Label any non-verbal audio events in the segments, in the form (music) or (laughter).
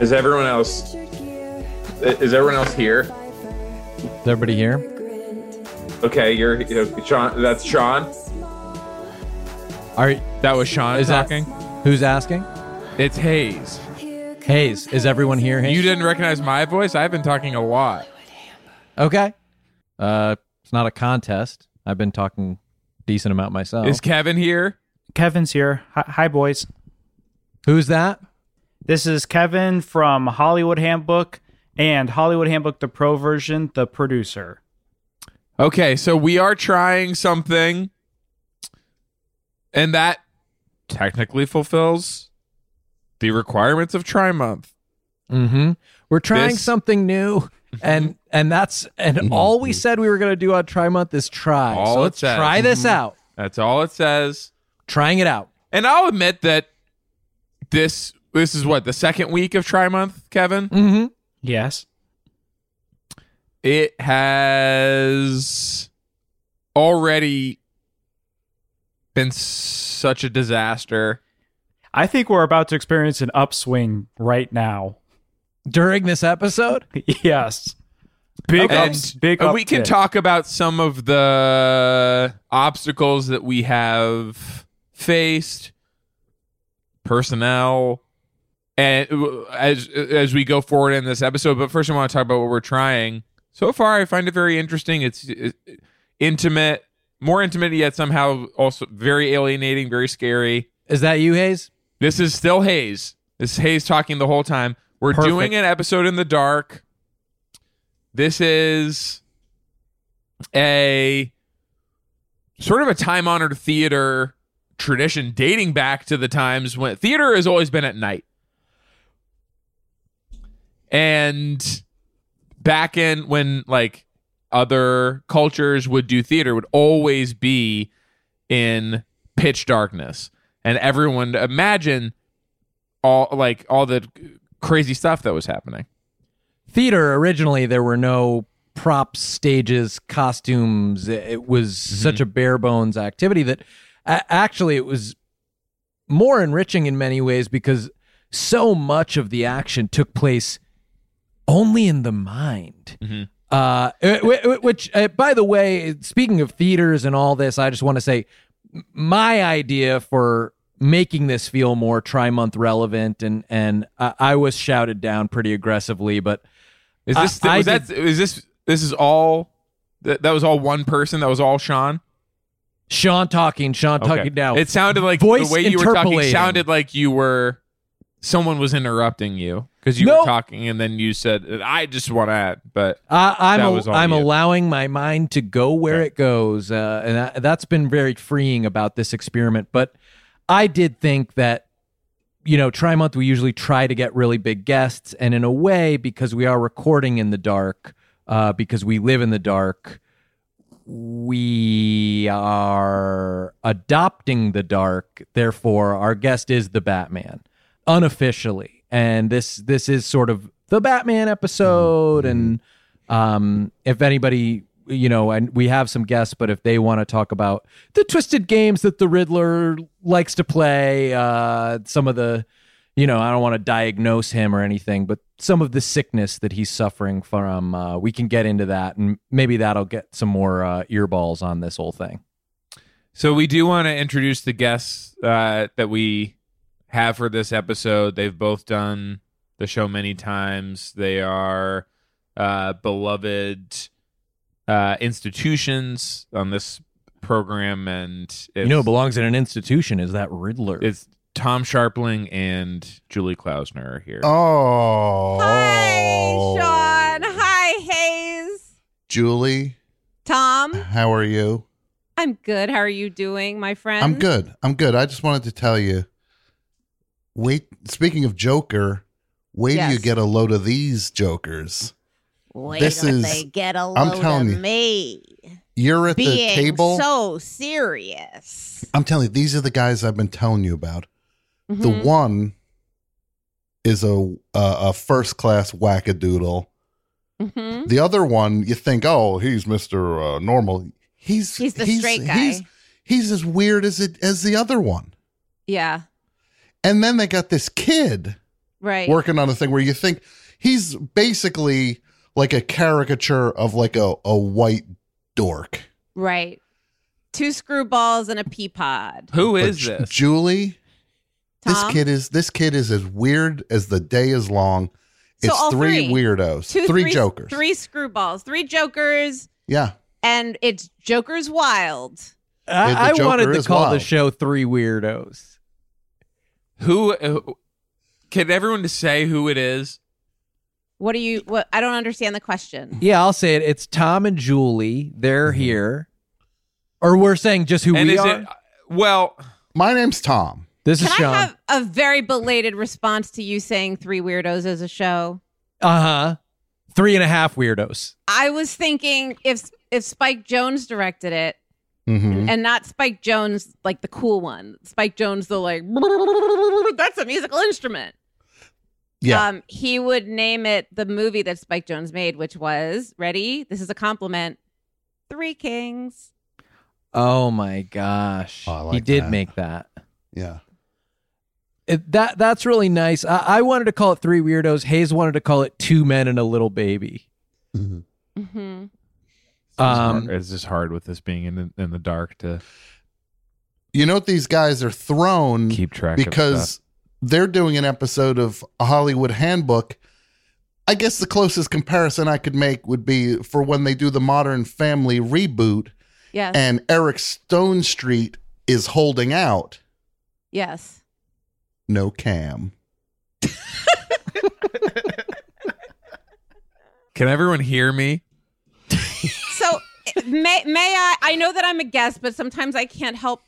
Is everyone else? Is everyone else here? Is everybody here? Okay, you're you know, Sean. That's Sean. Are That was Sean Is that- talking. who's asking? It's Hayes. Hayes, is everyone here? Hayes? You didn't recognize my voice. I've been talking a lot. Okay. Uh, it's not a contest. I've been talking decent amount myself. Is Kevin here? Kevin's here. Hi, hi, boys. Who's that? This is Kevin from Hollywood Handbook and Hollywood Handbook, the pro version, the producer. Okay, so we are trying something, and that technically fulfills the requirements of Try Month. Mm-hmm. We're trying This- Mm-hmm. something new, and (laughs) and that's and all we said we were gonna do on Try Month is try. All so it Mm-hmm. let's says. try this out. That's all it says. Trying it out. And I'll admit that this this is what the second week of Try Month, Kevin. Mm-hmm. Yes. It has already been such a disaster. I think we're about to experience an upswing right now. (laughs) During this episode, yes. Big And ups. Big uh, we can uptick. talk about some of the obstacles that we have faced, personnel, and uh, as as we go forward in this episode. But first, I want to talk about what we're trying. So far, I find it very interesting. It's uh, intimate, more intimate yet somehow also very alienating, very scary. is that you, Hayes? This is still Hayes. This is Hayes talking the whole time. We're Perfect. doing an episode in the dark. This is a sort of a time honored theater tradition dating back to the times when theater has always been at night. And back in when like other cultures would do theater would always be in pitch darkness and everyone to imagine all like all the crazy stuff that was happening. Theater originally there were no props, stages, costumes. It- It was such a bare bones activity that a- actually it was more enriching in many ways because so much of the action took place only in the mind. Uh, wh- wh- which, uh, by the way, speaking of theaters and all this, I just want to say m- my idea for making this feel more tri month relevant, and and I, I was shouted down pretty aggressively, but Is I- this I was that is this this is all that, that was all one person that was all Sean? Sean talking, Sean Okay. talking now. It sounded like Voice the way you were talking interpolating. sounded like you were someone was interrupting you because you No. were talking and then you said I just want to add, but I, I'm That al- was all I'm you. allowing my mind to go where it goes, uh, and that, that's been very freeing about this experiment. But I did think that you know, Tri Month we usually try to get really big guests, and in a way, because we are recording in the dark, uh, because we live in the dark, we are adopting the dark. Therefore, our guest is the Batman, unofficially, and this this is sort of the Batman episode, Mm-hmm. and um, if anybody you know and we have some guests but if they want to talk about the twisted games that the riddler likes to play uh some of the you know i don't want to diagnose him or anything but some of the sickness that he's suffering from uh we can get into that and maybe that'll get some more uh earballs on this whole thing So we do want to introduce the guests uh, that we have for this episode. They've both done the show many times. They are uh, beloved uh, institutions on this program, and it's, you know it belongs in an institution is that riddler it's Tom Sharpling and Julie Klausner are here. Oh. Hi, Sean. Hi, Hayes. Julie, Tom, how are you? I'm good. How are you doing, my friend? I'm good. I'm good. I just wanted to tell you. Wait, speaking of Joker, wait till you Yes. get a load of these Jokers. Wait This till is- they get a load I'm telling of you. me You're at being the table. so serious. I'm telling you, these are the guys I've been telling you about. The Mhm. one is a uh, a first class wackadoodle. Mm-hmm. Mhm. The other one, you think, oh, he's Mister uh, Normal. He's He's the straight guy. He's, he's as weird as it as the other one. Yeah. And then they got this kid Right. working on a thing where you think he's basically like a caricature of like a, a white dork. Right. Two screwballs and a pea pod. Who But is Ju- this? Julie? Tom? This kid is this kid is as weird as the day is long. It's So all three, three. weirdos, Two, three, jokers. Three screwballs. Three jokers. Yeah, And it's Joker's Wild. The I, I Joker wanted to is call the wild. show Three Weirdos. Who? who- Can everyone just say who it is? What do you what I don't understand the question. Yeah, I'll say it. It's Tom and Julie. They're here. Or we're saying just who and we is are. it? Well, my name's Tom. this is Can Sean. I have a very belated response to you saying three weirdos as a show? uh huh. Three and a half weirdos. I was thinking if if Spike Jones directed it Mhm. and not Spike Jones like the cool one. Spike Jones the like (laughs) that's a musical instrument. Yeah. Um he would name it the movie that Spike Jones made which was ready? This is a compliment. Three Kings. Oh my gosh. Oh, I he like did that. make that. yeah. It- that that's really nice. I, I wanted to call it Three Weirdos. Hayes wanted to call it Two Men and a Little Baby. Mhm. hmm Um, it's just hard with this being in the, in the dark to You know what these guys are Mm, thrown keep track of because they're doing an episode of a Hollywood Handbook. I guess the closest comparison I could make would be for when they do the Modern Family reboot Yes. and Eric Stone Street is holding out yes. (laughs) no cam. Can everyone hear me? So may may I? I know that I'm a guest, but sometimes I can't help.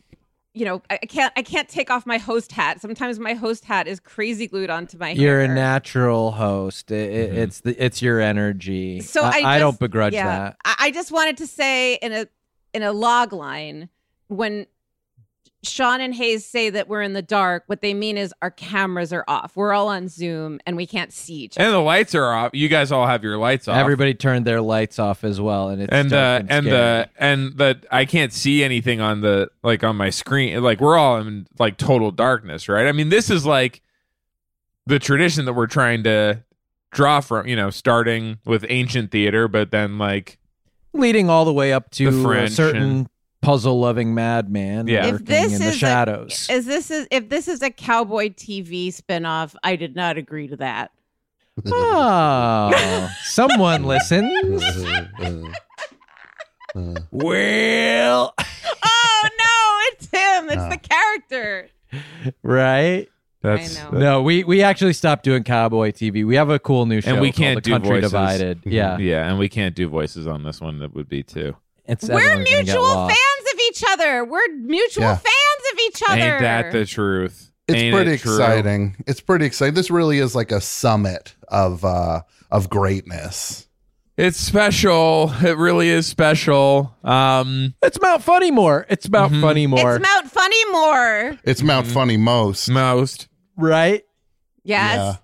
You know, I I can't. I can't take off my host hat. Sometimes my host hat is crazy glued onto my. You're a hair. natural host. It, it- Mhm. It's the it's your energy. So I I don't just- begrudge yeah. that. I, I just wanted to say in a in a log line when Sean and Hayes say that we're in the dark, what they mean is our cameras are off. We're all on Zoom and we can't see each other. And the lights are off. You guys all have your lights off. Everybody turned their lights off as well, and it's and dark uh, and scary. the and the I can't see anything on the like on my screen. Like we're all in like total darkness, right? I mean, this is like the tradition that we're trying to draw from. You know, starting with ancient theater, but then like leading all the way up to The a French certain and- puzzle-loving madman Yeah. If lurking this in the is a- shadows. Is this is (laughs) if this is a cowboy TV spinoff? I did not agree (laughs) to that. oh, someone listens. (laughs) Well, Oh no, it's him. It's No. the character. right? that's know. No, we we actually stopped doing cowboy TV. We have a cool new show And we called can't The do Country voices. Mm-hmm. Divided. Yeah, yeah, and we can't do voices on this one. That would be too. it's We're everyone's gonna get mutual lost. fans of each other. We're mutual Yeah. fans of each other. Ain't that the truth? It's Ain't pretty it true? exciting. It's pretty exciting. This really is like a summit of uh of greatness. It's special. It really is special. Um, It's Mount Funnymore. It's Mount Mhm. Funnymore, It's Mount Funnymore. It's Mount Mm-hmm. Funny most. most. right? Yes.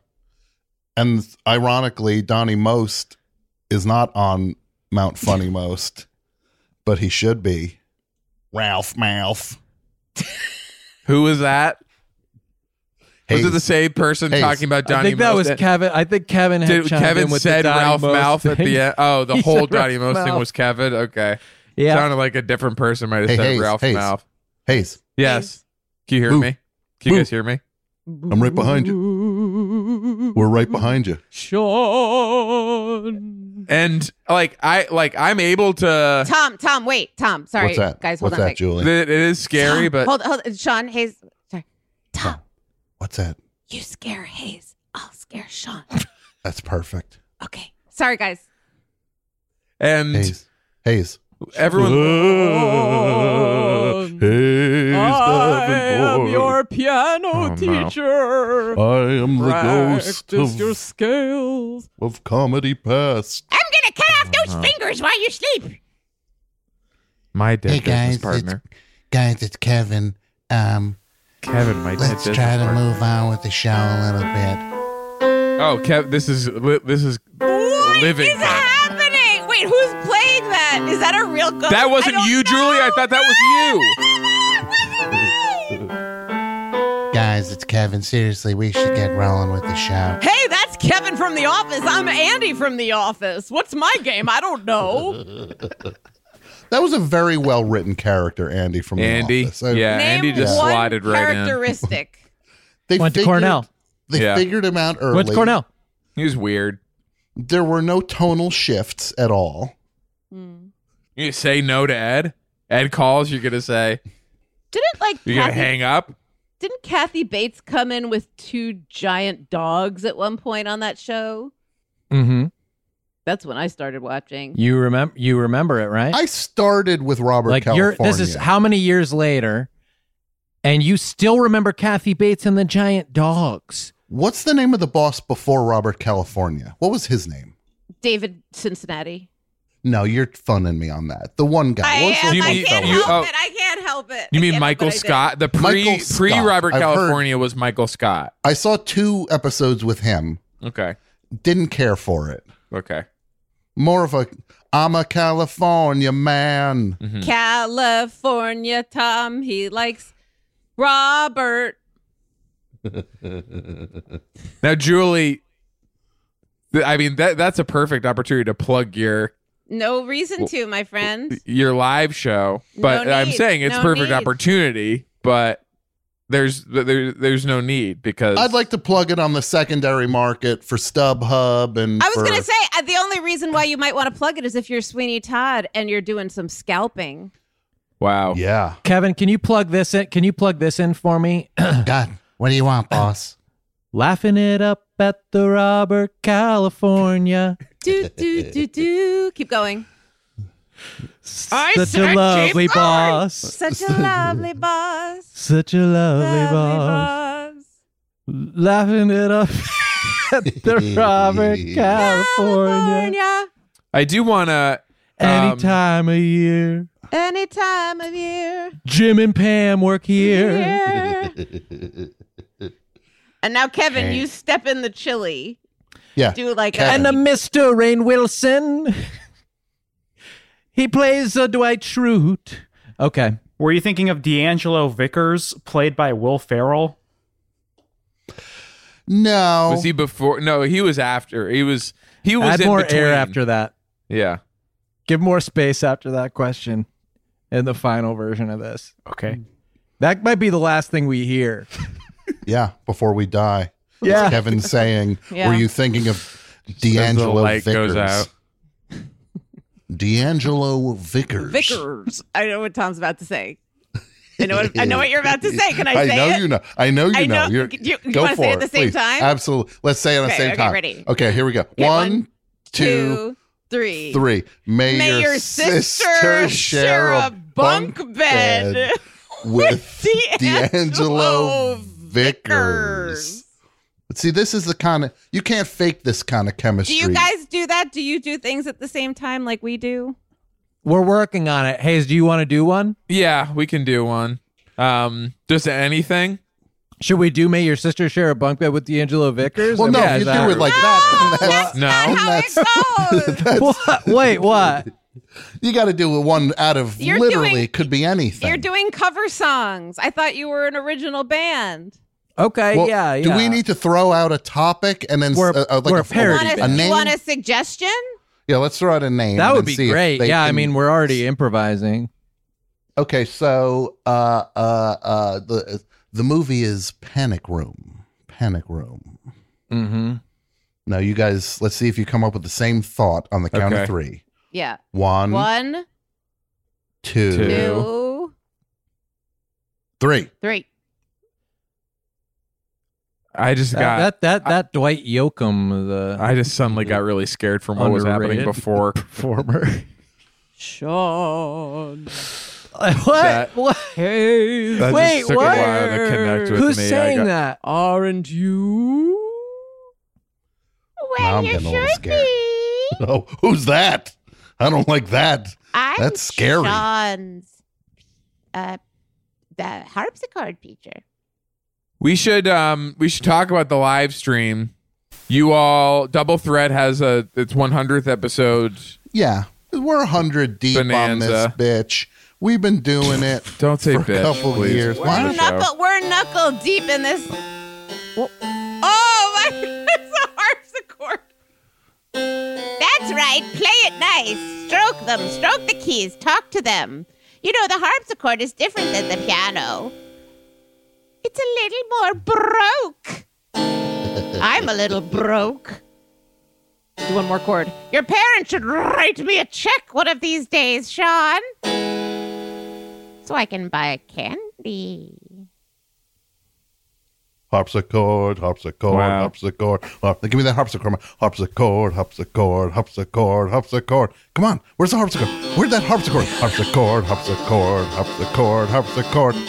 And ironically, Donnie Most is not on Mount (laughs) Funny Most, but he should be. Ralph Mouth. Who was that? Was it the same person Hayes. talking about I Donnie? think that Most was at- Kevin. I think Kevin had Did chimed Kevin in with the said Donnie Ralph Most Mouth at thing. (laughs) the end? Oh, the He whole said Donnie Ralph Most thing Mouth. was Kevin. Okay, Yeah, sounded like a different person might have Hey, said Hayes, Ralph Hayes. Mouth. Hayes. Yes, can you hear Boo. me? Can you Boo. guys hear me? I'm right behind you. We're right behind you. Sean. And like I like I'm able to. Tom, Tom, wait, Tom. Sorry, What's that? guys. Hold What's on. that, wait. Julie? It it is scary, Tom, but hold, hold, Sean Hayes. Sorry, Tom. What's that? You scare Hayes. I'll scare Sean. That's perfect. Okay. Sorry, guys. and Hayes. Hayes. everyone. Oh. Hayes. I am Davenport. your piano Oh, no. teacher. I am the ghost Practice of, your scales. of comedy past. I'm gonna cut off Uh-huh. those fingers while you sleep. My dead Hey, business guys, partner. guys, it's Kevin. Um, Kevin, my dead let's business try to partner. move on with the show a little bit. Oh, Kev, this is li- this is What is Living Tom. happening? Wait, who's playing that? Is that a real ghost? that wasn't I don't you, know. Julie. I thought that was you. Guys, guys, it's Kevin. Seriously, we should get rolling with the show. Hey, that's Kevin from The Office. I'm Andy from The Office. What's my game? I don't know. That was a very well written character, Andy from Andy. The Office. I- (laughs) Yeah, Name Andy just one slotted right in. characteristic. they Went to figured- Cornell. They Yeah. figured him out early. Went to Cornell. He was weird. There were no tonal shifts at all. Hmm. You say no to Ed. Ed calls. You're gonna say (laughs) Didn't like you're gonna Kathy- hang up. didn't Kathy Bates come in with two giant dogs at one point on that show? Mm-hmm. That's when I started watching. You remember? You remember it, right? I started with Robert like you're. California. This is how many years later, and you still remember Kathy Bates and the giant dogs. What's the name of the boss before Robert California? What was his name? David Cincinnati. No, you're funning me on that. The one guy. What was am- the You one mean- fella? you- oh. it. I can't help it. You I mean can't help Michael it, I did. Scott? The pre Michael Scott. pre Robert I've heard- California was Michael Scott. I saw two episodes with him. Okay. Didn't care for it. Okay. More of a I'm a California man. Mhm. California Tom. He likes Robert. Now, Julie, th- I mean that that's a perfect opportunity to plug your No reason to, my friend. your live show. No But I'm need. saying it's No perfect need. opportunity, but there's there, there's no need because I'd like to plug it on the secondary market for StubHub and I was for- going to say uh, the only reason why you might want to plug it is if you're Sweeney Todd and you're doing some scalping. wow. Yeah. Kevin, can you plug this in? Can you plug this in for me? (clears throat) God, what do you want, boss? Laughing it up at the Robert California. do do do do. Keep going. I Such a lovely boss. Such a lovely boss. Such a lovely, Lovely boss. boss. Laughing it up (laughs) at the Robert California. California. I do want to. Any Um, time of year. Any time of year. Jim and Pam work here. Year. (laughs) and now, Kevin, you step in the chili. (laughs) Yeah. Do like Kevin. And a. a Mr. Rain Wilson. he plays a Dwight Schrute. Okay. Were you thinking of D'Angelo Vickers, played by Will Ferrell? No. Was he before? No, he was after. He was. He was Add in more between. air after that. Yeah. Give more space after that question in the final version of this. Okay. That might be the last thing we hear. yeah, before we die. Yeah. Kevin (laughs) saying, Yeah. "Were you thinking of the D'Angelo light Vickers?" goes out. D'Angelo Vickers. Vickers. I know what Tom's about to say. I know what, I know what you're about to say. Can I, (laughs) I say know it? you know. I know you I know. know. You're, Do you- you go wanna for say it at the same please. time? Absolutely. Let's say it at the Okay, same okay, time. ready. Okay, here we go. Okay, One, one, two, Two, three. three. May, May your sister share a bunk (laughs) bed with D'Angelo D'Angelo Vickers. See, this is the kind of you can't fake this kind of Do chemistry. you guys do that? Do you do things at the same time like we do? We're working on it. Hayes, do you want to do one? Yeah, we can do one. Um, just anything. Should we do May Your Sister Share a Bunk Bed with D'Angelo Vickers? well, I no, mean, if is you that- do it like that. then (laughs) that's- No. That's how (laughs) it goes. What? (laughs) Wait, what? you got to do one out of You're literally doing- could be anything. You're doing cover songs. I thought you were an original band. Okay, Well, Uh, yeah, yeah. Do we need to throw out a topic and then s- We're- uh, uh, like we're a, a parody Want Pretty a, a bad. you name? want a suggestion? yeah, let's throw out a name. That and would then be see if great. they Yeah, I can- mean, we're already improvising. okay. So, uh, uh, uh, the the movie is Panic Room. Panic Room. Mm-hmm. Now, you guys, let's see if you come up with the same thought on the count Okay. of three. Yeah. One, One, two, three. two. two, three. I just Uh, got. that that that, Dwight Yoakam, the I just suddenly got really scared from what was happening Underrated. (laughs) before. performer. Sean. what? That- what? Hayes. That Wait, just took what? a while to connect with Who's me. I saying got- that? Aren't you? Well, Now I'm you getting a little should scared. be. (laughs) Oh, who's that? I don't like that. I'm That's scary. Sean's, uh, the harpsichord teacher. We should um we should talk about the live stream. You all double threat has a its 100th episode. Yeah, we're a hundred deep on this Bonanza. bitch. We've been doing it. Don't say For a bitch. couple please. years. on We're Wow. the show. knuckle, we're knuckle deep in this. Oh my! (laughs) It's a harpsichord. That's right. Play it nice. Stroke them. Stroke the keys. Talk to them. You know the harpsichord is different than the piano. It's a little more (laughs) broke. I'm a little broke. Do one more chord. Your parents should write me a check one of these days, Sean. So I can buy candy. Harpsichord, harpsichord, Wow. harpsichord. Harp- Give me that harpsichord. man. Harpsichord, harpsichord, harpsichord, harpsichord. Come on, where's the harpsichord? Where's that harpsichord? Harpsichord, harpsichord, harpsichord, harpsichord,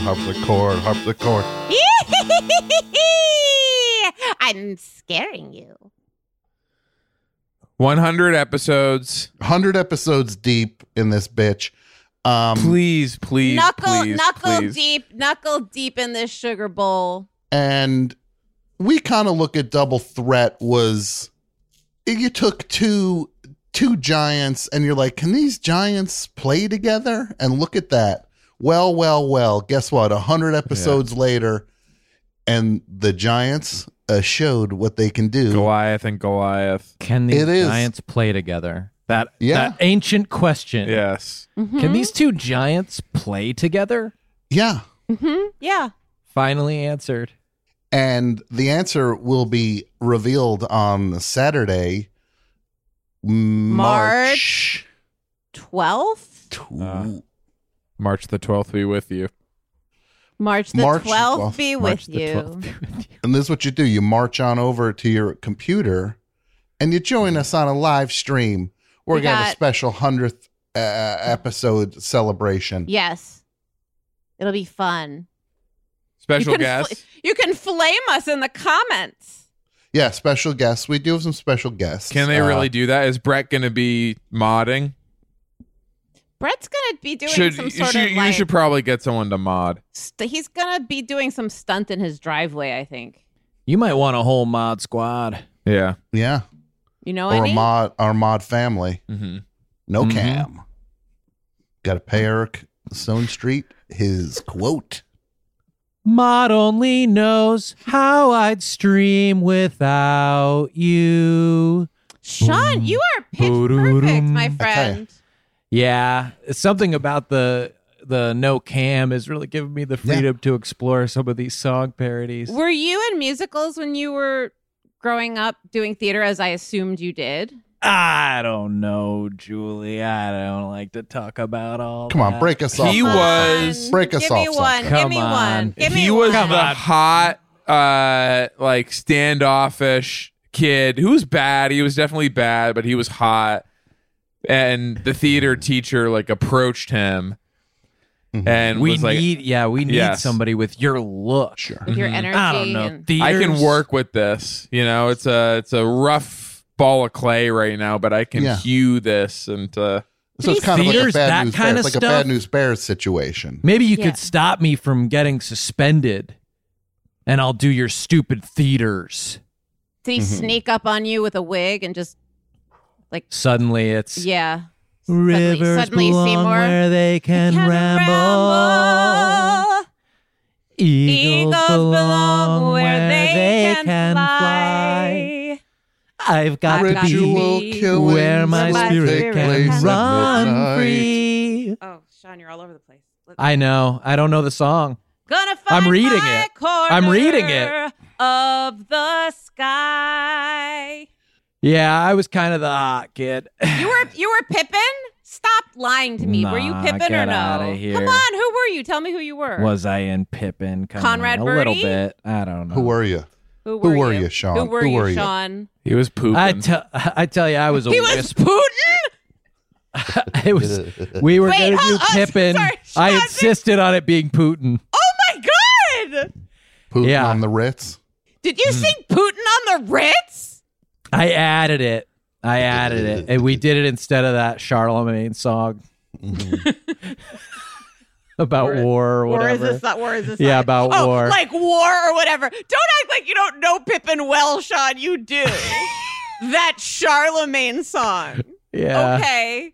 harpsichord, harpsichord, harpsichord. (laughs) I'm scaring you. 100 episodes. 100 episodes deep in this bitch. Um, Please, please, knuckle, please, knuckle please. deep, knuckle deep in this sugar bowl. and we kind of look at double threat was you took two two giants and you're like can these giants play together and look at that well well well guess what a hundred episodes later and the giants uh, showed what they can do Goliath and Goliath. Can these It is. giants play together? That Yeah. that ancient question. Yes. Mm-hmm. Can these two giants play together? yeah Mhm. Yeah. Finally answered. and the answer will be revealed on saturday march, March. Twelfth, tw- Uh, March the 12th be with you. March the March the twelfth. 12th, Be March with the you. 12th. And this is what you do you march on over to your computer and you join us on a live stream. We're We going to have a got- special 100th uh, episode celebration. Yes. It'll be fun. Special you can guest. fl- you can flame us in the comments. Yeah, special guests. We do have some special guests. Can they Uh, really do that? Is Brett going to be modding? Brett's gonna be doing should some you sort should, of you like, should probably get someone to mod. st- he's gonna be doing some stunt in his driveway. I think. (laughs) You might want a whole mod squad. Yeah. Yeah. You know Or any? mod our mod family. hmm No Mhm. cam. Got to pay Eric Stone Street his quote. Mod only knows how I'd stream without you. Sean, you are pitch perfect, Boom. my Okay. friend. Yeah, something about the the no cam is really giving me the freedom to explore some of these song parodies. Were you in musicals when you were growing up doing theater as I assumed you did? I don't know, Julie. I don't like to talk about all. Come on, that. break us off. He Come was- on. Break us give off Me one. something. Give me Come one. on. Give me he was one. the hot, uh, like standoffish kid who was bad. He was definitely bad, but he was hot. And the theater teacher like approached him and Mhm. Mm-hmm. We was like, need, yeah, we need Yes. somebody with your look. Sure. With your Mhm. energy. I don't know. and- Theaters. "I can work with this. You know, it's a it's a rough ball of clay right now, but I can Yeah. hew this." And uh, So it's kind of like a Theaters, that bad news kinda bears, like a bad stuff? news bears situation. Maybe you Yeah. could stop me from getting suspended, and I'll do your stupid theaters. Mm-hmm. Did he sneak up on you with a wig and just Suddenly, it's yeah? rivers suddenly belong Seymour where they can, Can ramble. ramble. Eagles, Eagles belong where they can fly. fly. I've got I've to got to be be killings where my where my spirit spirit can can run free. Oh, Sean, you're all over the place. Let's- I know. I don't know the song. Gonna I'm find reading my it. I'm reading it. corner Of the sky. Yeah, I was kind of the hot kid. You were you were Pippin? Stop lying to me. were you Nah, Pippin or get no? outta here. Come on, who were you? Tell me who you were. was I in Pippin? Come Conrad on, a little Birdie? bit. I don't know. Who are you? who Who were, were you? you, Sean? Who were Who you, were you? Sean? he was pooping. I tell I tell you, I was a He was wisp. (laughs) Putin? it was we were Wait, going to do oh, oh, Pippin. sorry, (laughs) I Sean, insisted on it being Putin. Oh my god! (laughs) Putin Yeah. on the Ritz. Did Hmm. you sing Putin on the Ritz? I added it. I added it, and we did it instead of that Charlemagne song (laughs) Mm-hmm. about Or- war or whatever. Or is this not war? Is this Yeah, not- about oh, war. Like war or whatever. Don't act like you don't know Pippin well, Sean. (laughs) You do. that Charlemagne song. yeah. Okay.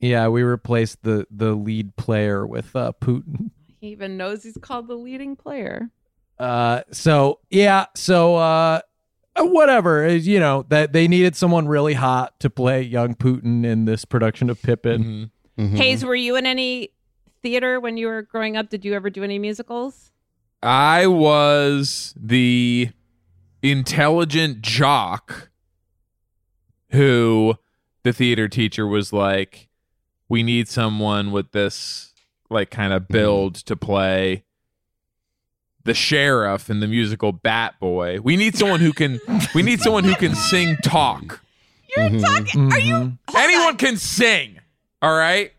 Yeah, we replaced the the lead player with uh, Putin. He even knows he's called the leading player. Uh, so yeah, so uh, whatever is you know that they needed someone really hot to play young Putin in this production of Pippin. Mhm. Mhm. Hayes, were you in any theater when you were growing up? Did you ever do any musicals? I was the intelligent jock who the theater teacher was like, "We need someone with this like kind Mm-hmm. of build to play the sheriff in the musical Bat Boy. We need someone who can. we need someone who can sing talk. You're Mhm. Mm-hmm. talking. Are you? Mhm. Hold Anyone On, can sing. All right.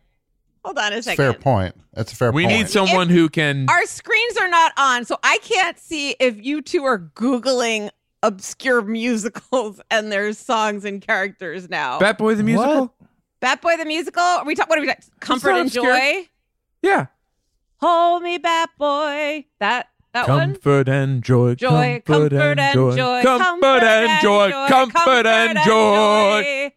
hold on a It's a second. fair point. That's a fair We point. need someone who can. Our screens are not on, so I can't see if you two are googling obscure musicals (laughs) and their songs and characters now. Bat Boy the musical. What? Bat Boy the musical. Are we talking? What are we talking? Comfort not and obscure. joy. Yeah. Hold me, Bat Boy. That that one. Comfort and joy. Joy, comfort, and joy. Comfort and joy. Comfort and joy.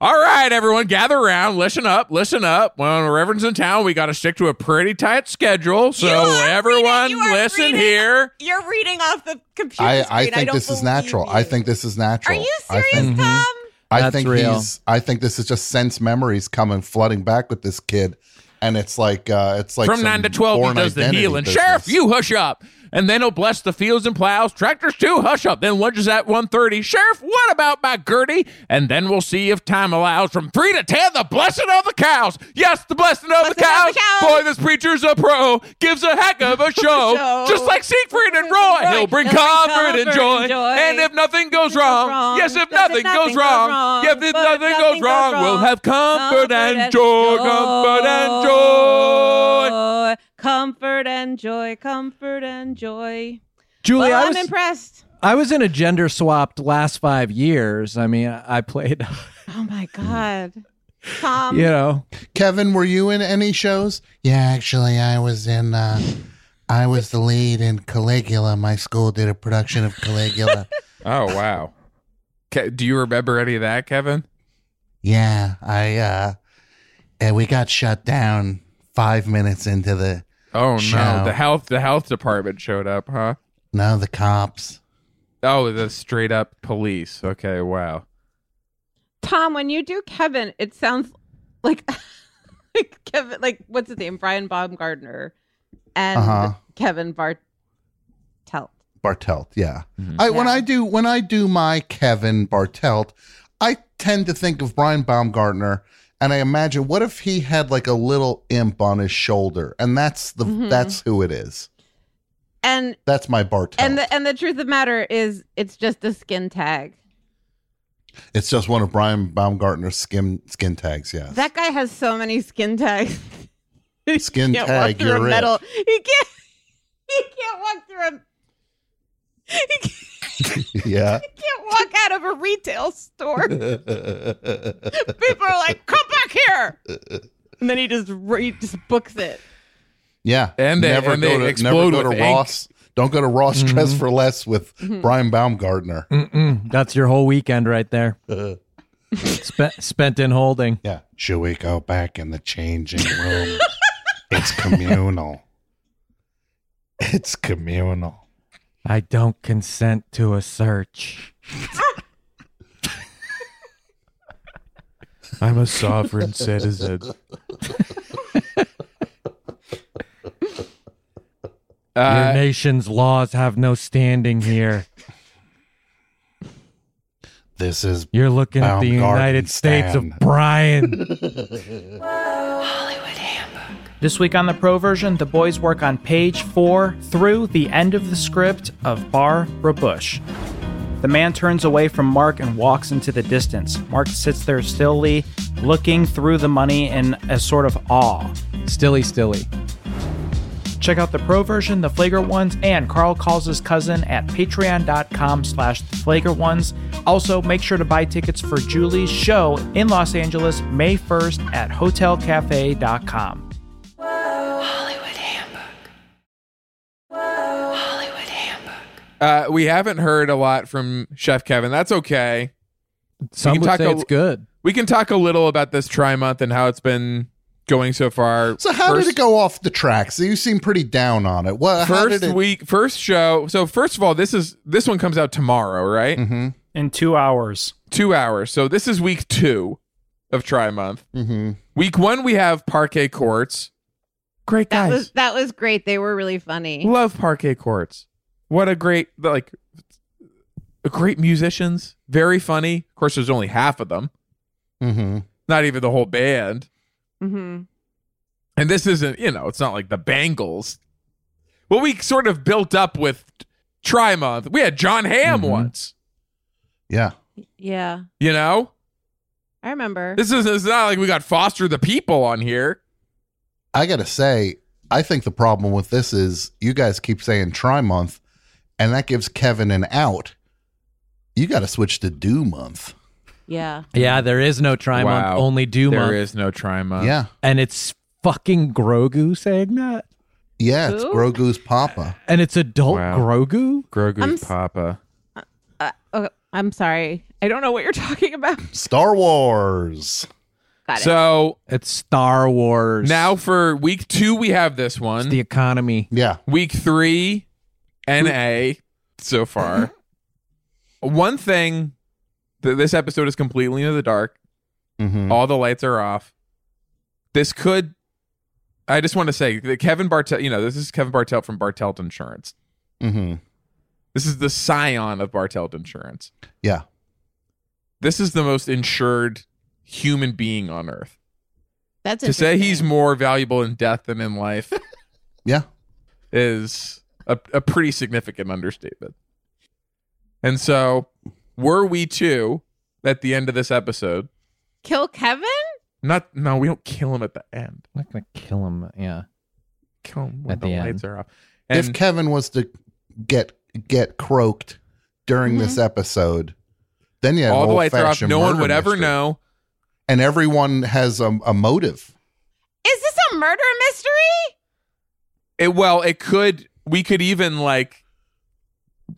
All right, everyone, gather around. Listen up. Listen up. When the Reverend's in town, we got to stick to a pretty tight schedule. So, You are everyone, reading- you are listen reading- here. You're reading off the computer. I- screen. I think don't this is believe natural. I you. think this is Are natural. you I serious, think, Mm-hmm. think- Tom? I That's think real. he's. I think this is just sense memories coming flooding back with this kid, and it's like uh, it's like From some 9 to 12, he Bourne does the identity healing. business. Sheriff, you hush up. And then he'll bless the fields and plows. Tractors, too, hush up. Then lunch is at 1.30. Sheriff, what about my Gertie? And then we'll see if time allows. From 3 to 10, the blessing of the cows. Yes, the blessing of, the, Blessing cows. of the cows. Boy, this preacher's a pro. Gives a heck of (laughs) a show. Show. Just like Siegfried and Siegfried Roy. and Roy. He'll bring He'll bring comfort, and, comfort joy. and joy. And if nothing goes Nothing goes wrong. wrong. Yes, if Yes, if nothing, goes, nothing wrong. goes wrong. Yes, if But if nothing nothing goes goes wrong. We'll wrong. have comfort, Comfort and and joy. Comfort and joy. Comfort and joy. Comfort and joy. Julie, well, I I'm was impressed. I was in a gender swapped last five years. I mean, I I played, (laughs) Oh my god, Tom. you know, Kevin, were you in any shows? Yeah, actually, I was in. Uh, I was the lead in Caligula. My school did a production of (laughs) Caligula. Oh wow. Ke- Do you remember any of that, Kevin? yeah, I. Uh, and we got shut down five minutes into the. Oh no, Shout. the health the health department showed up, huh? No, the cops. Oh, the straight up police. Okay, wow. Tom, when you do Kevin, it sounds like (laughs) like Kevin, like what's his name, Brian Baumgartner, and Uh-huh. Kevin Bartelt. Bartelt, yeah. I when Mm-hmm. Yeah. I do when I do my Kevin Bartelt, I tend to think of Brian Baumgartner and I imagine what if he had like a little imp on his shoulder and that's the Mhm. that's who it is. And That's my Bartelt. and the and the truth of the matter is, it's just a skin tag. it's just one of Brian Baumgartner's skin skin tags, yes. That guy has so many skin tags. (laughs) skin Can't walk tag, through you're a it. metal. He can't. (laughs) He can't walk through a. (laughs) He (laughs) can't- yeah. can't walk out of a retail (laughs) store. People are like, "Come back here!" And then he just re- he just books it. Yeah. (laughs) And they- and they go to, explode never go with to ink. Mm-hmm. Ross. Don't go to Ross Dress for Less with Mm-hmm. Brian Baumgartner. mm-mm, that's your whole weekend right there. Uh. Spe- spent in holding. Yeah. Should we go back in the changing (laughs) room? it's communal. It's communal. I don't consent to a search. (laughs) I'm a sovereign citizen. your uh, nation's laws have no standing here. This is You're looking at the Baumgarten United States of stand. Brian. This week on the pro version, the boys work on page four through the end of the script of Barbara Bush. The man turns away from Mark and walks into the distance. Mark sits there stilly, looking through the money in a sort of awe. (laughs) Stilly, stilly. Check out the pro version, the flagrant ones, and Carl calls his cousin at patreon.com slash the flagrant ones. Also, make sure to buy tickets for Julie's show in Los Angeles May 1st at hotelcafe.com. uh, we haven't heard a lot from Chef Kevin. That's okay. Some can would talk say a- it's good. we can talk a little about this try month and how it's been going so far. So how First- did it go off the tracks? You seem pretty down on it. What? how First did it, week, first show. So first of all, this is this one comes out tomorrow, right? Mm-hmm. in two hours. Two hours. So this is week two of try month. Mm-hmm. Week one, we have parquet courts. Great That guys, was that was great. They were really funny. love parquet courts. What a great like, great musicians. Very funny. Of course, there's only half of them. Mm-hmm. Not even the whole band. hmm And this isn't, you know, it's not like the Bangles. Well, we sort of built up with Tri Month. We had John Hamm Mhm. once, Yeah. Yeah, you know? I remember. This is it's not like we got Foster the People on here. I gotta say, I think the problem with this is you guys keep saying try month, and that gives Kevin an out. You got to switch to do month. yeah, Yeah, there is no try Wow. month, only do There month, is no Tri Month. yeah, and it's fucking Grogu saying that, yeah. It's Who? Grogu's (sighs) papa. and it's adult Wow. Grogu. Grogu's I'm s- Papa. uh, okay, I'm sorry. I don't know what you're (laughs) talking about. Star Wars. Got it. So It's Star Wars. now for week two, we have this it's one. the economy. Yeah. Week three, NA so far. One thing that this episode is completely in the dark. Mm-hmm. All the lights are off. This could. I just want to say that Kevin Bartel. You know, this is Kevin Bartelt from Bartelt Insurance. Mm-hmm. This is the scion of Bartelt Insurance. Yeah. This is the most insured human being on earth. That's To say he's interesting. more valuable in death than in life Yeah. is a, a pretty significant understatement. And so, were we to at the end of this episode? kill Kevin. Not no, we don't kill him at the end. I'm not gonna kill him. Yeah, Kill him when At the, the lights are off. if Kevin was to get get croaked during this Mm-hmm. episode, then yeah, all the lights are off. No one would ever know. and everyone has a, a motive. Is this a murder mystery? It, well, it could. We could even like,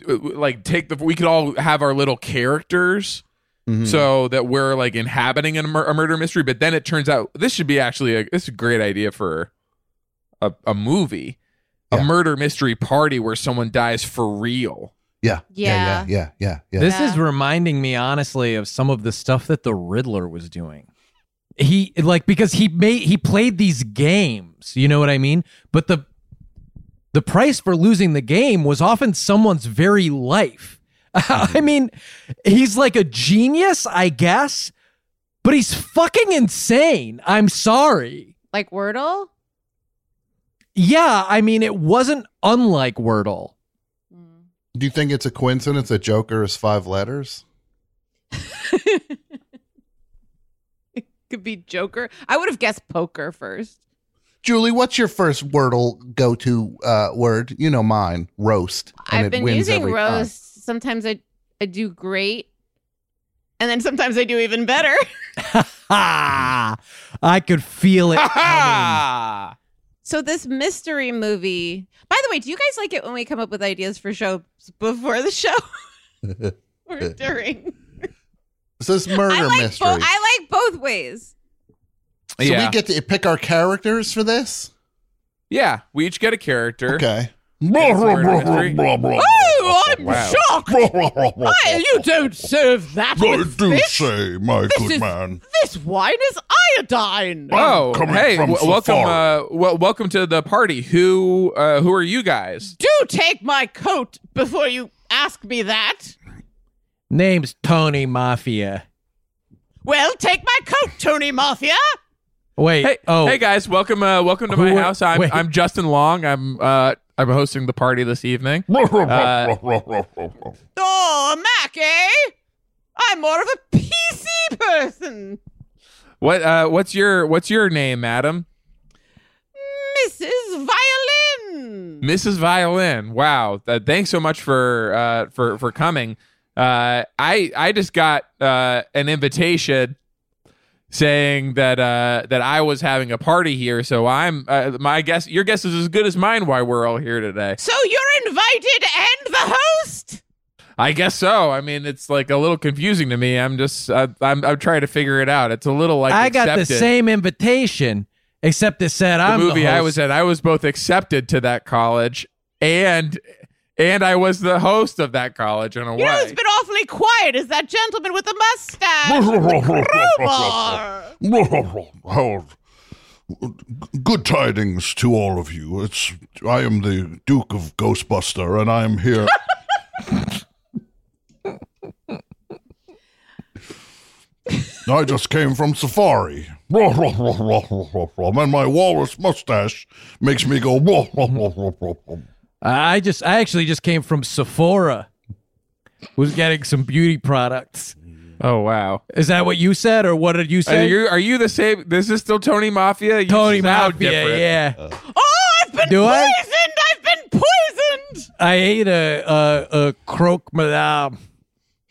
uh, like take the. We could all have our little characters Mhm. so that we're like inhabiting a, mur- a murder mystery. But then it turns out this should be actually a. This is a great idea for a a movie, Yeah. a murder mystery party where someone dies for real. yeah, yeah, Yeah. yeah, yeah, yeah, yeah. this is Yeah. reminding me honestly of some of the stuff that the Riddler was doing. He like because he made he played these games. You know what I mean? But the the price for losing the game was often someone's very life. (laughs) I mean, he's like a genius, I guess, but he's fucking insane. I'm sorry. Like Wordle? Yeah, I mean, it wasn't unlike Wordle. (laughs) Hmm. Do you think it's a coincidence that Joker is five letters? Could be Joker. I would have guessed poker first. Julie, what's your first Wordle go to uh, word? You know mine, roast. and I've it been wins using every time. (laughs) roast. Sometimes I I do great, and then sometimes I do even better. (laughs) Ha! I could (laughs) feel it. coming. Ha So this mystery movie. By the way, do you guys like it when we come up with ideas for shows before the show (laughs) or during? So it's murder I like Uh, mystery. both. I like both ways. so we get to pick our characters for this. yeah. We each get a character. Okay. It's a murder mystery. Oh, I'm Wow. shocked. you don't serve that. I do say, my good is- man. This wine is iodine. Oh, coming hey, from w- welcome, Safari. uh, w- welcome to the party. Who, uh, who are you guys? Do take my coat before you ask me that. Name's Tony Mafia. Well, take my coat, Tony Mafia. Wait. Hey, oh, hey guys, welcome, uh, welcome to Who my are- house. I'm, wait. I'm Justin Long. I'm, uh, I'm hosting the party this evening. Uh, Oh, Mac, eh? I'm more of a PC person. What, uh, what's your, what's your name, madam? Mrs. Violin. Mrs. Violin. Wow. Uh, thanks so much for, uh, for, for coming. Uh, I, I just got uh, an invitation saying that uh, that I was having a party here, so I'm uh, my guess. Your guess is as good as mine. Why we're all here today. So you're invited and the host? I guess so. I mean, it's like a little confusing to me. I'm just I, I'm I'm trying to figure it out. It's a little like I got the accepted. same invitation, except it said the I'm movie the I host. was at. I was both accepted to that college and and I was the host of that college in a You know, way. it's been awfully quiet. Is that gentleman with the (laughs) (laughs) mustache? Crowbar. Good tidings to all of you. It's I am the Duke of Ghostbuster, and I am here. I just came from safari, and my walrus mustache makes me go. (laughs) I just I actually just came from Sephora. Was getting some beauty products. oh wow. Is that what you said, or what did you Are say? you are you the same? This is still Tony Mafia. You Tony sound Mafia, different. yeah. Oh, I've been Do I? poisoned. I've been poisoned. I ate a a, a croque madame,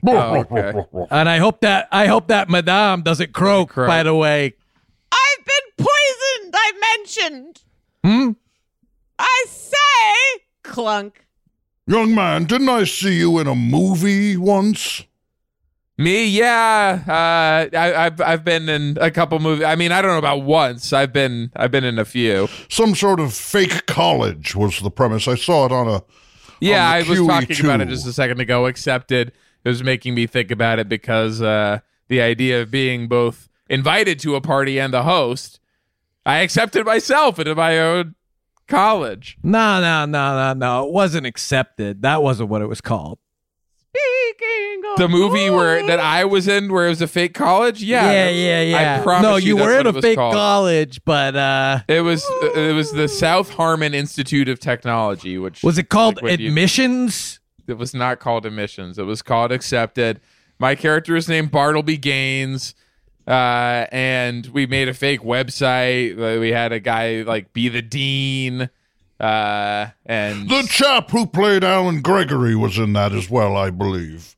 Oh, okay. and I hope that I hope that madame doesn't croak. Croak. By the way, I've been poisoned. I mentioned. Hmm? I say clunk. Young man, didn't I see you in a movie once? Me, yeah. Uh, I, I've I've been in a couple movies. I mean, I don't know about once. I've been I've been in a few. Some sort of fake college was the premise. I saw it on a Yeah, On I the was talking QE2. E about it just a second ago. Accepted. It was making me think about it because uh, the idea of being both invited to a party and the host, I accepted myself into my own college. no, no, no, no, no. It wasn't accepted. That wasn't what it was called. Speaking of The movie where that I was in, where it was a fake college. Yeah, yeah, that- yeah, yeah. I promise no, you you, that's were what in it a was fake called. college, but uh, It was it was the South Harmon Institute of Technology, which was it called Like with you- Uh, admissions? it was not called admissions. It was called accepted. My character is named Bartleby Gaines, uh, and we made a fake website. Uh, We had a guy like be the dean, uh, and The chap who played Alan Gregory was in that as well, I believe.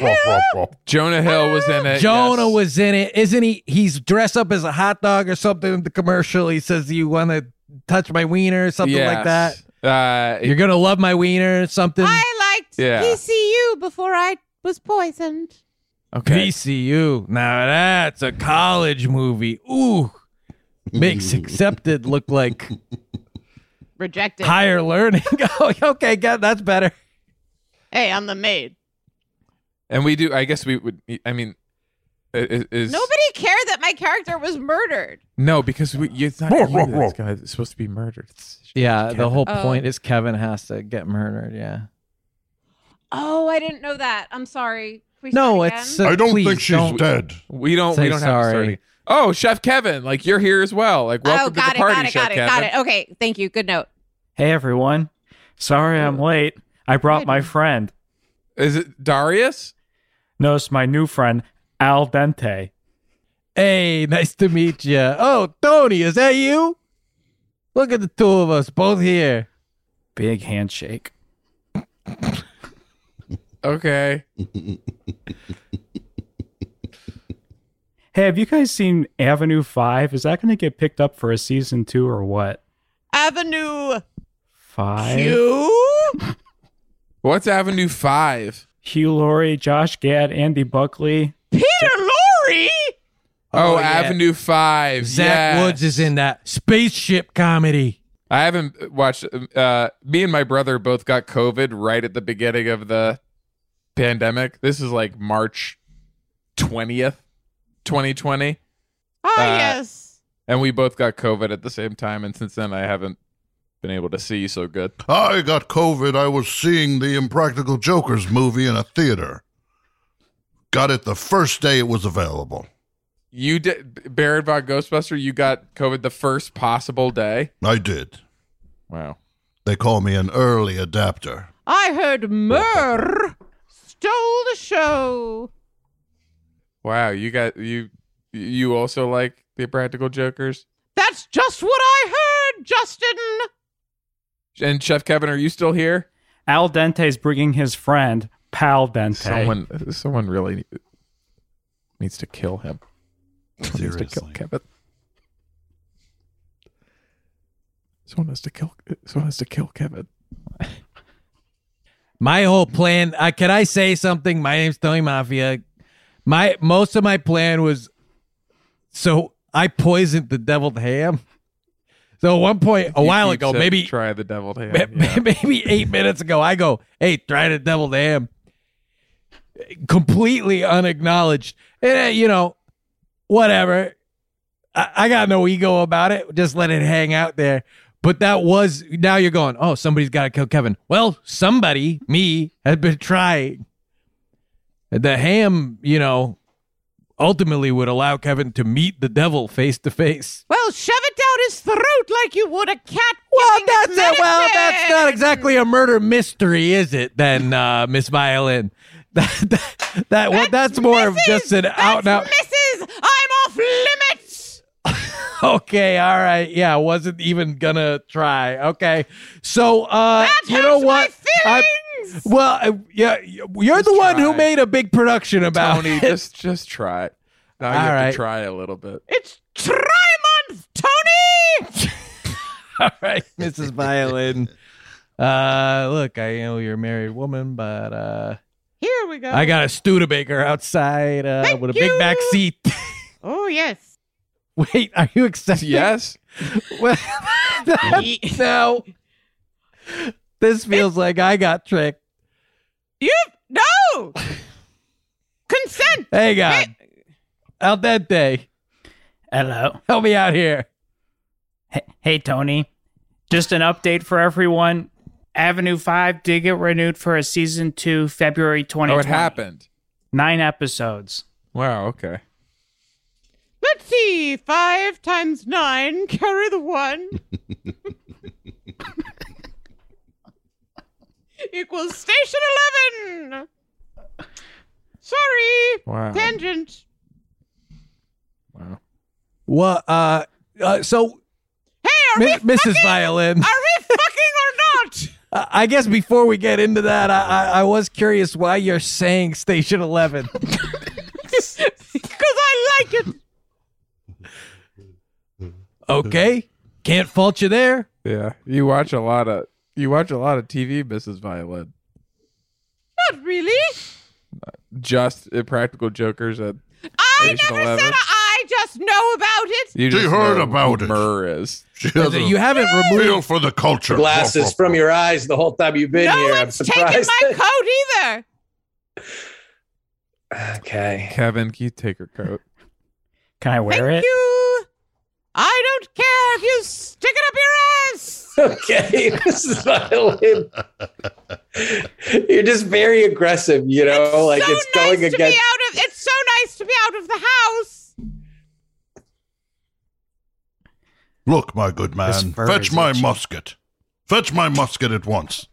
That's Jonah Hill was in it. Jonah yes. was in it, isn't he? He's dressed up as a hot dog or something in the commercial. He says, "You want to touch my wiener?" or Something like that. Yes. Uh, You're gonna love my wiener. or Something. I liked Yeah. PCU before I was poisoned. okay. VCU. Now that's a college movie. Ooh. (laughs) Makes accepted look like Rejected. higher learning. (laughs) oh, okay, God, that's better. Hey, I'm the maid. And we do. I guess we would. I mean, i- i- is Nobody cared that my character was murdered. no because we. It's not you that's gonna- it's supposed to be murdered. It's- Yeah, the whole Oh. point is Kevin has to get murdered. Yeah. Oh, I didn't know that. I'm sorry. Can we No, start it's. again? uh, I don't please think she's don't- dead. We don't. Say we don't have to start sorry. again. Oh, Chef Kevin, like you're here as well. Like welcome oh, got to it, the party, got it, Chef got it, Kevin. got it. Okay, thank you. Good note. Hey everyone. Sorry I'm late. I brought my friend. Is it Darius? No, it's my new friend, Al Dente. Hey, nice to meet you. Oh, Tony, is that you? Look at the two of us, both here. Big handshake. Okay. Hey, have you guys seen Avenue 5? Is that going to get picked up for a season 2 or what? Avenue 5? Q. What's Avenue 5? Hugh Laurie, Josh Gad, Andy Buckley. Peter Lorre. Oh, Oh, yeah. Avenue 5. Zach yes. Woods is in that spaceship comedy. I haven't watched uh me and my brother both got COVID right at the beginning of the pandemic. This is like March 20th, 2020, Ah, Uh, yes. and we both got COVID at the same time and since then I haven't been able to see you so good. I got COVID. I was seeing the Impractical Jokers movie in a theater. Got it the first day it was available. You did Barrett Von Ghostbuster, you got COVID the first possible day. I did. Wow. They call me an early adapter. I heard Murr stole the show. Wow, you got you you also like the practical jokers? That's just what I heard, Justin. And Chef Kevin, are you still here? Al Dente's bringing his friend, Pal Dente. Someone someone really needs to kill him. Someone needs to kill Seriously. Kevin. Someone has to kill someone has to kill Kevin. My whole plan. Uh, can I say something? My name's Tony Mafia. My most of my plan was so I poisoned the deviled ham. So at one point a while He ago, said, maybe try the deviled ham. Ma- ma- maybe eight minutes ago, I go, "Hey, try the deviled ham," completely unacknowledged. And eh, you know, whatever. I-, I got no ego about it. Just let it hang out there. But that was now you're going, "Oh, somebody's got to kill Kevin." Well, somebody, me, had been trying. The ham, you know, ultimately would allow Kevin to meet the devil face to face. Well, shove it down his throat like you would a cat. Well, giving that's it it. Well, medicine. that's not exactly a murder mystery, is it? Then, uh, Miss Violin, (laughs) that that, that well, that's more of Mrs. just an That's out and out. Mrs. I'm off limits. (laughs) Okay, all right, yeah, wasn't even gonna try. Okay, so uh, That you know hurts my what? I- feelings. well, I- yeah, you're the one who try. made a big production about Tony, it. (laughs) just just try it. Now you All have right. to try a little (laughs) bit. It's try month, Tony. All right, (laughs) Mrs. Violin. Uh, look, I know you're a married woman, but uh, Here we go. I got a Studebaker outside uh, Oh. Thank with a big you. back seat. oh yes. Wait, are you accepting? Yes. (laughs) Well, (laughs) no. This feels like I got tricked. You (laughs) no. Consent. Hey, God. Al dente. Hello. Help me out here. Hey, Tony. Just an update for everyone. Avenue 5 did get renewed for a season 2 February 2020. Oh, it happened. 9 episodes. Wow. Okay. Let's see. Five times nine. Carry (laughs) the one. Equals station eleven. Sorry. Wow. Tangent. Wow. What? Uh, uh so, Hey, are Mi- we Mrs. Violin, Are we fucking I I guess before we get into that, I, I, I was curious why you're saying (laughs) Station Eleven. or not? Because I like it. okay, can't fault (laughs) you there. Yeah. You watch a lot of you watch a lot of TV, Mrs. Violin. Not really. Just uh, Practical Jokers at I Station never 11. said I just know about it. you They just heard know about who it. Murr is. She has a You haven't feel removed. for the (laughs) culture. Glasses from your eyes the whole time you've been no here. I'm one's taking surprised. my coat either. okay. Kevin, can you take her coat? Can I wear Thank it? you. I don't care if you stick it up (laughs) your ass. Okay. This is violin. You're just very aggressive, you know, like so it's nice going to be against. out of. It's so nice to be out of the house. Look, my good This man, fur fetch is my itchy. musket. Fetch my musket at once.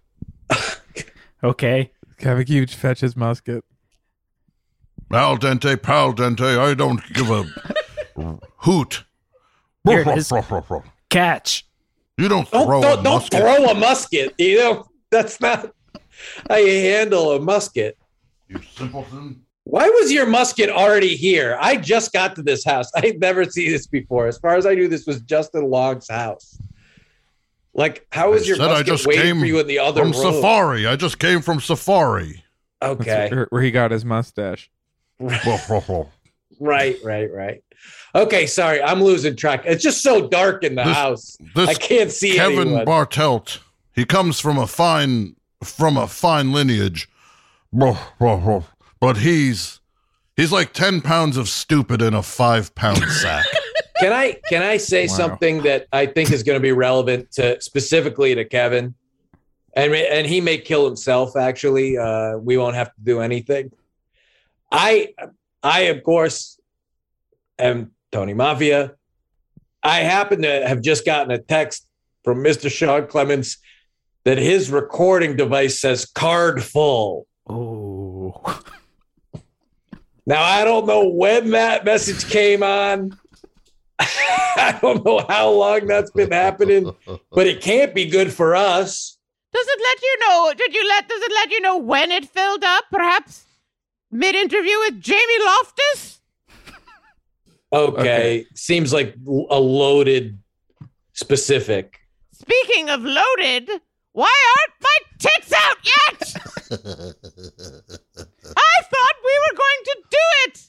Okay. Kevin, can you fetch his musket? Al dente, pal dente, I don't give a (laughs) hoot. Here it (laughs) is. Catch. You don't Don't throw throw, a don't musket. throw a musket. You know, (laughs) that's not how you handle a musket. You simpleton. Why was your musket already here? I just got to this house. I had never seen this before. As far as I knew, this was Justin Long's house. Like, how was I your said I musket just waiting came for you in the other From room? safari. I just came from (laughs) safari. That's Okay. where, where he got his mustache. Right, right, right. Okay, sorry, I'm losing track. It's just so dark in the This- house. I this can't see Kevin anyone. Bartelt. He comes from a fine from a fine lineage. But he's he's like ten pounds of stupid in a five pound sack. can I can I say Wow. something that I think is going to be relevant to specifically to Kevin? And and he may kill himself actually. Uh we won't have to do anything. I I of course am Tony Mafia. I happen to have just gotten a text from Mr. Sean Clements that his recording device says card full. Oh. Now I don't know when that message came on. (laughs) I don't know how long (laughs) that's been happening, (laughs) but it can't be good for us. Does it let you know? Did you let? Does it let you know when it filled up? Perhaps mid-interview with Jamie Loftus. Okay, Okay. seems like a loaded specific. Speaking of loaded, why aren't my tits out yet?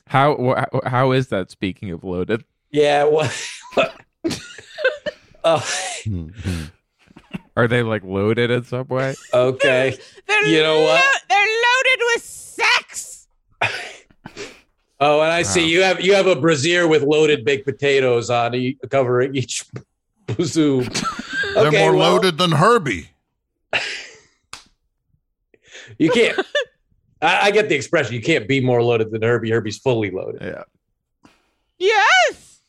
How wh- how is that? Speaking of loaded, Yeah. Well, (laughs) oh, are they like loaded in some way? okay. They're You know what? They're loaded with sex. Oh, and I see you have you have a brazier with loaded baked potatoes on e- covering each boozoo. They're Okay, more well, loaded than Herbie. You can't. I, I get the expression. You can't be more loaded than Herbie. Herbie's fully loaded. Yeah, Yes.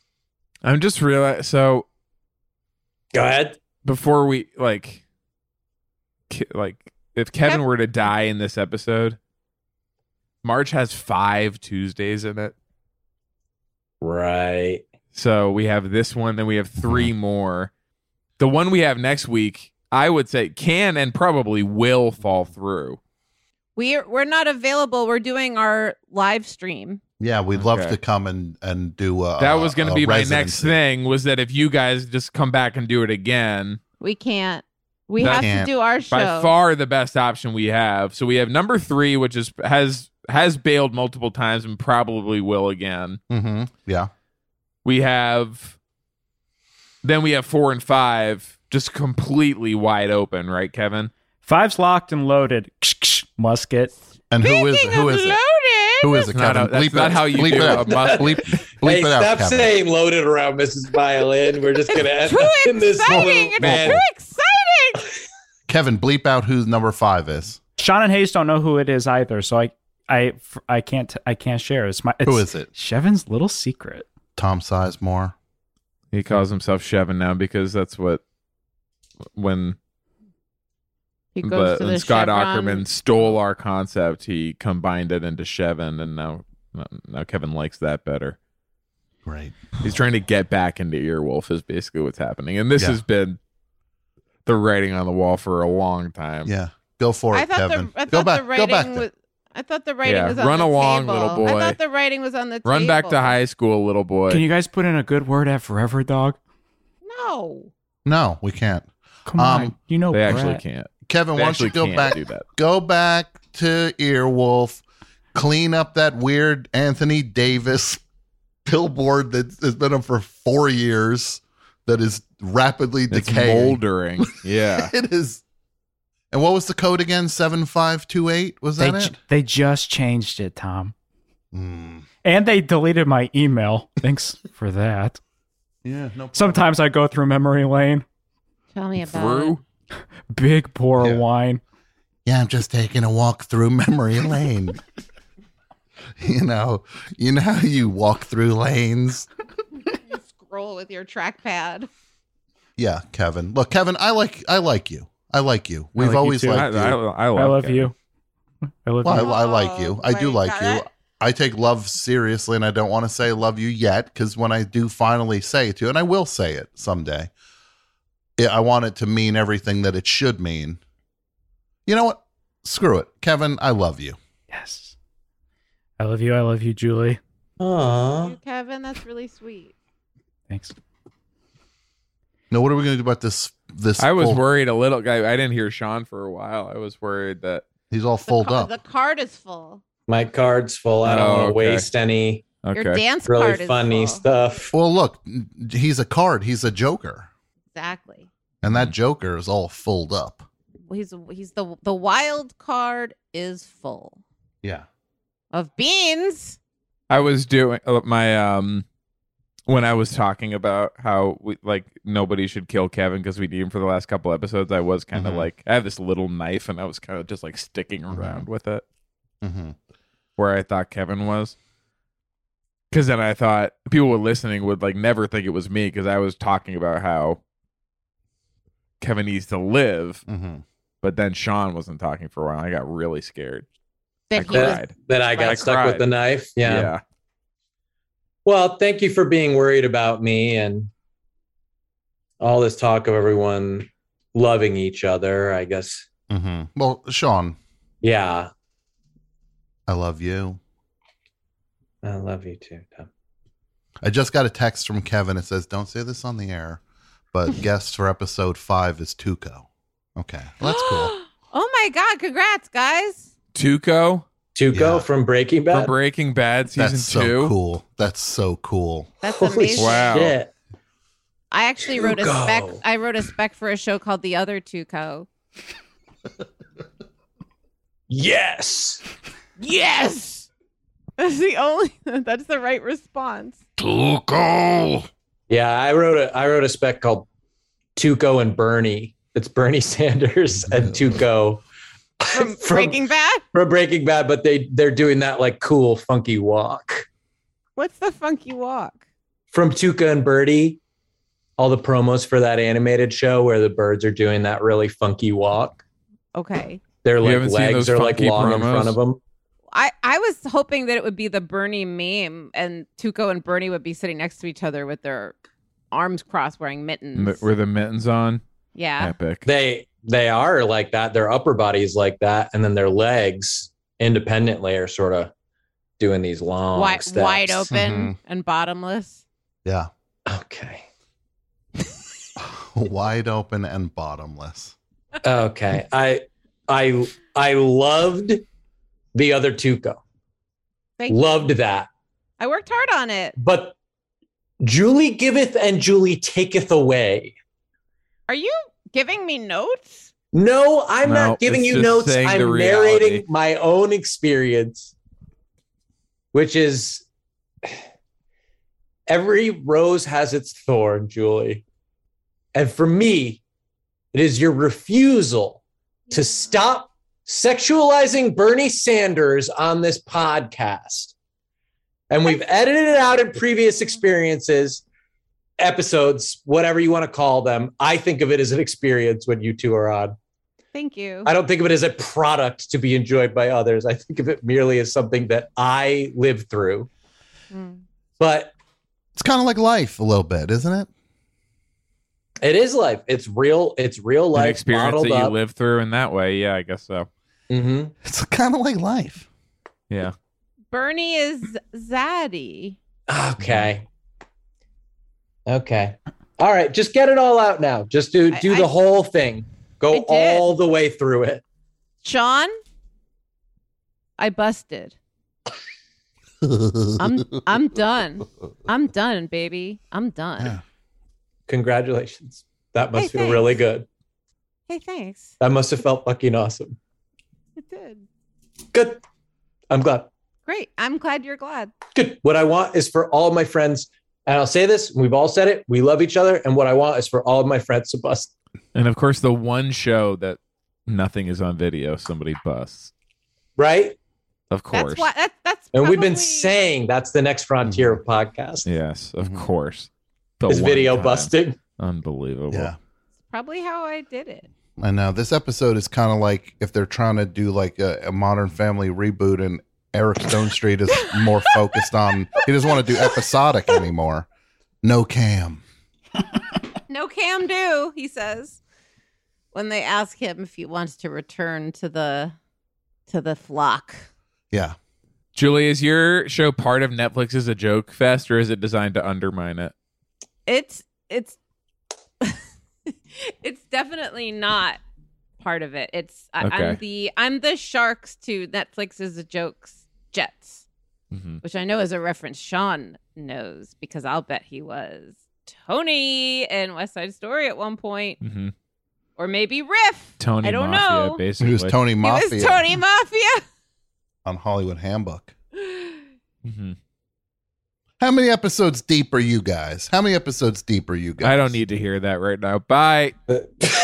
I'm just realizing. So Go ahead. before we like, ki- like if Kevin were to die in this episode, March has five Tuesdays in it. Right. So we have this one, then we have three more. The one we have next week, I would say, can and probably will fall through. We're we're not available. We're doing our live stream. Yeah, we'd love Okay. to come and and do a. that was going a to be my next Uh, residency. thing was that if you guys just come back and do it again, We can't. We That have can't. to do our show. by far the best option we have. So we have number three, which is has has bailed multiple times and probably will again. Mhm. Yeah. We have then we have four and five just completely wide open, right, Kevin? Five's locked and loaded. Musket. And who is Speaking who of is it? loaded, Who is it, It's not Kevin? a- that's bleep not it. how you bleep do it a out. must- bleep, bleep hey, it out, stop Kevin. saying loaded around Mrs. Violin. We're just gonna end too up in this exciting! little- It's man. too exciting. Kevin, bleep out who number five is. Sean and Hayes don't know who it is either, so I I I can't I can't share. It's my it's Who is it? Chevin's little secret. Tom Sizemore. He calls himself Chevin now because that's what when He but when Scott Chevron. Ackerman stole our concept, he combined it into Chevin, and now now Kevin likes that better. Right. He's trying to get back into Earwolf, is basically what's happening, and this Yeah. has been the writing on the wall for a long time. Yeah. Go for it, I thought Kevin. the I go thought back. the go back. writing there. was. I thought the writing Yeah, was on run the along, table. little boy. I thought the writing was on the table. Run back to high school, little boy. Can you guys put in a good word at Forever Dog? No. no, we can't. Come Um, on, you know they actually Brett. can't. Kevin, They why don't actually you go can't back? do that. Go back to Earwolf. Clean up that weird Anthony Davis (laughs) billboard that has been up for four years. That is rapidly It's decaying. moldering. Yeah. it is. And what was the code again? Seven five two eight. Was They that ju- it? they just changed it, Tom, Mm. and they deleted my email. (laughs) Thanks for that. Yeah. No. Sometimes I go through memory lane. Tell me about it. Through. Big pour Yeah. of wine. Yeah, I'm just taking a walk through (laughs) memory lane. you know, you know how you walk through lanes. (laughs) You scroll with your trackpad. Yeah, Kevin. Look, Kevin, I like I like you. I like you. (laughs) We've like you always too. I, liked you. I, I love, I love Kevin. you. I love well, you. I, I like you. I do Oh, like my you. God. I take love seriously, and I don't want to say love you yet because when I do finally say it to, you, and I will say it someday, yeah, I want it to mean everything that it should mean. You know what? Screw it, Kevin. I love you. Yes. I love you. I love you, Julie. Aw. Uh-huh. You, Kevin, that's really sweet. Thanks. Now, what are we going to do about this? This I was full- worried a little. I, I didn't hear Sean for a while. I was worried that. He's all The, folded ca- up. the card is full. My card's full. I don't Oh, want to okay. waste any Okay. Your dance really card is funny full. stuff. Well, look, he's a card. He's a joker, Exactly. and that joker is all fulled up. He's he's the the wild card is full Yeah. of beans. I was doing uh, my um when I was talking about how we like nobody should kill Kevin because we need him for the last couple episodes. I was kind of Mhm. like I have this little knife and I was kind of just like sticking around with it Mm-hmm. where I thought Kevin was. Because then I thought people were listening would like never think it was me because I was talking about how Kevin needs to live, Mm-hmm. but then Sean wasn't talking for a while. I got really scared. I That he was cried. Then I got I stuck with cried. the knife. Yeah. yeah. Well, thank you for being worried about me and all this talk of everyone loving each other. I guess. Mm-hmm. Well, Sean, Yeah. I love you. I love you too, Tom. I just got a text from Kevin. It says, "Don't say this on the air," (laughs) but guest for episode five is (gasps) (gasps) Tuco. Okay, well, that's cool. oh my god! Congrats, guys. Tuco? Tuco Yeah. from Breaking For Bad. Breaking Bad season That's two. so cool. That's so cool. That's Holy amazing. Wow. shit. I actually wrote a Tuco. spec. I wrote a spec for a show called The Other Tuco. Yes. Yes, (laughs) that's the only. (laughs) That's the right response. Tuco. Yeah, I wrote a I wrote a spec called Tuco and Bernie. It's Bernie (laughs) Sanders and Tuco From, Breaking Bad. (laughs) from Breaking Bad, but they they're doing that like cool funky walk What's the funky walk? from Tuca and Birdie. All the promos for that animated show where the birds are doing that really funky walk. Okay, Their You like haven't seen legs those are like funky long in promos? front of them. I I was hoping that it would be the Bernie meme, and Tuco and Bernie would be sitting next to each other with their arms crossed, wearing mittens. M- were the mittens on? yeah, Epic. They they are like that. Their upper body is like that, and then their legs independently are sort of doing these long Mm-hmm. wide steps. wide open and bottomless. (laughs) Yeah. Okay. Wide open and bottomless. Okay. I I I loved the other Tuco. Thank you. Loved that. I worked hard on it. But Julie giveth and Julie taketh away. Are you giving me notes? No, I'm No, not giving it's you just notes. saying the I'm reality. narrating my own experience, which is every rose has its thorn, Julie. And for me, it is your refusal to stop sexualizing Bernie Sanders on this podcast. And we've edited it out in previous experiences, episodes, whatever you want to call them. I think of it as an experience when you two are on. Thank you. I don't think of it as a product to be enjoyed by others. I think of it merely as something that I live through. Mm. But It's kind of like life a little bit, isn't it? it is life. It's real. It's real An life. experience that bottled you up. live through in that way. Yeah, I guess so. Mhm. It's kind of like life. Yeah. Bernie is zaddy. Mm-hmm. Okay. Okay. All right. Just get it all out now. Just do I- do I- the whole thing. I Go did. all the way through it. Sean, I busted. (laughs) I'm I'm done. I'm done, baby. I'm done. Yeah. Congratulations. That must Hey, feel thanks. really good. Hey, thanks. That must have felt fucking awesome. It did. Good. I'm glad. Great. I'm glad you're glad. Good. What I want is for all my friends, and I'll say this, we've all said it, we love each other, and what I want is for all of my friends to bust. And of course, the one show that nothing is on video, somebody busts. Right? Of course. That's why that, that's And we've been probably- saying that's the next frontier of podcast Yes, of Mhm. course. The is one video time. busting. Unbelievable. Yeah. probably how I did it. I know. This episode is kind of like if they're trying to do like a, a modern family reboot and Eric Stonestreet is (laughs) more focused on, he doesn't want to do episodic anymore. No cam. No cam do, he says. When they ask him if he wants to return to the to the flock. Yeah. Julie, is your show part of Netflix as a joke fest, or is it designed to undermine it? It's it's (laughs) it's definitely not part of it. It's I, I'm Okay. the I'm the sharks to Netflix's jokes Jets, Mm-hmm. which I know is a reference Sean knows because I'll bet he was Tony in West Side Story at one point, Mm-hmm. or maybe Riff. Tony I don't Mafia, know. He basically. was Tony Mafia He was Tony Mafia. on Hollywood Handbook. (laughs) hmm How many episodes deep are you guys? How many episodes deep are you guys? I don't need to hear that right now. Bye. But- (laughs)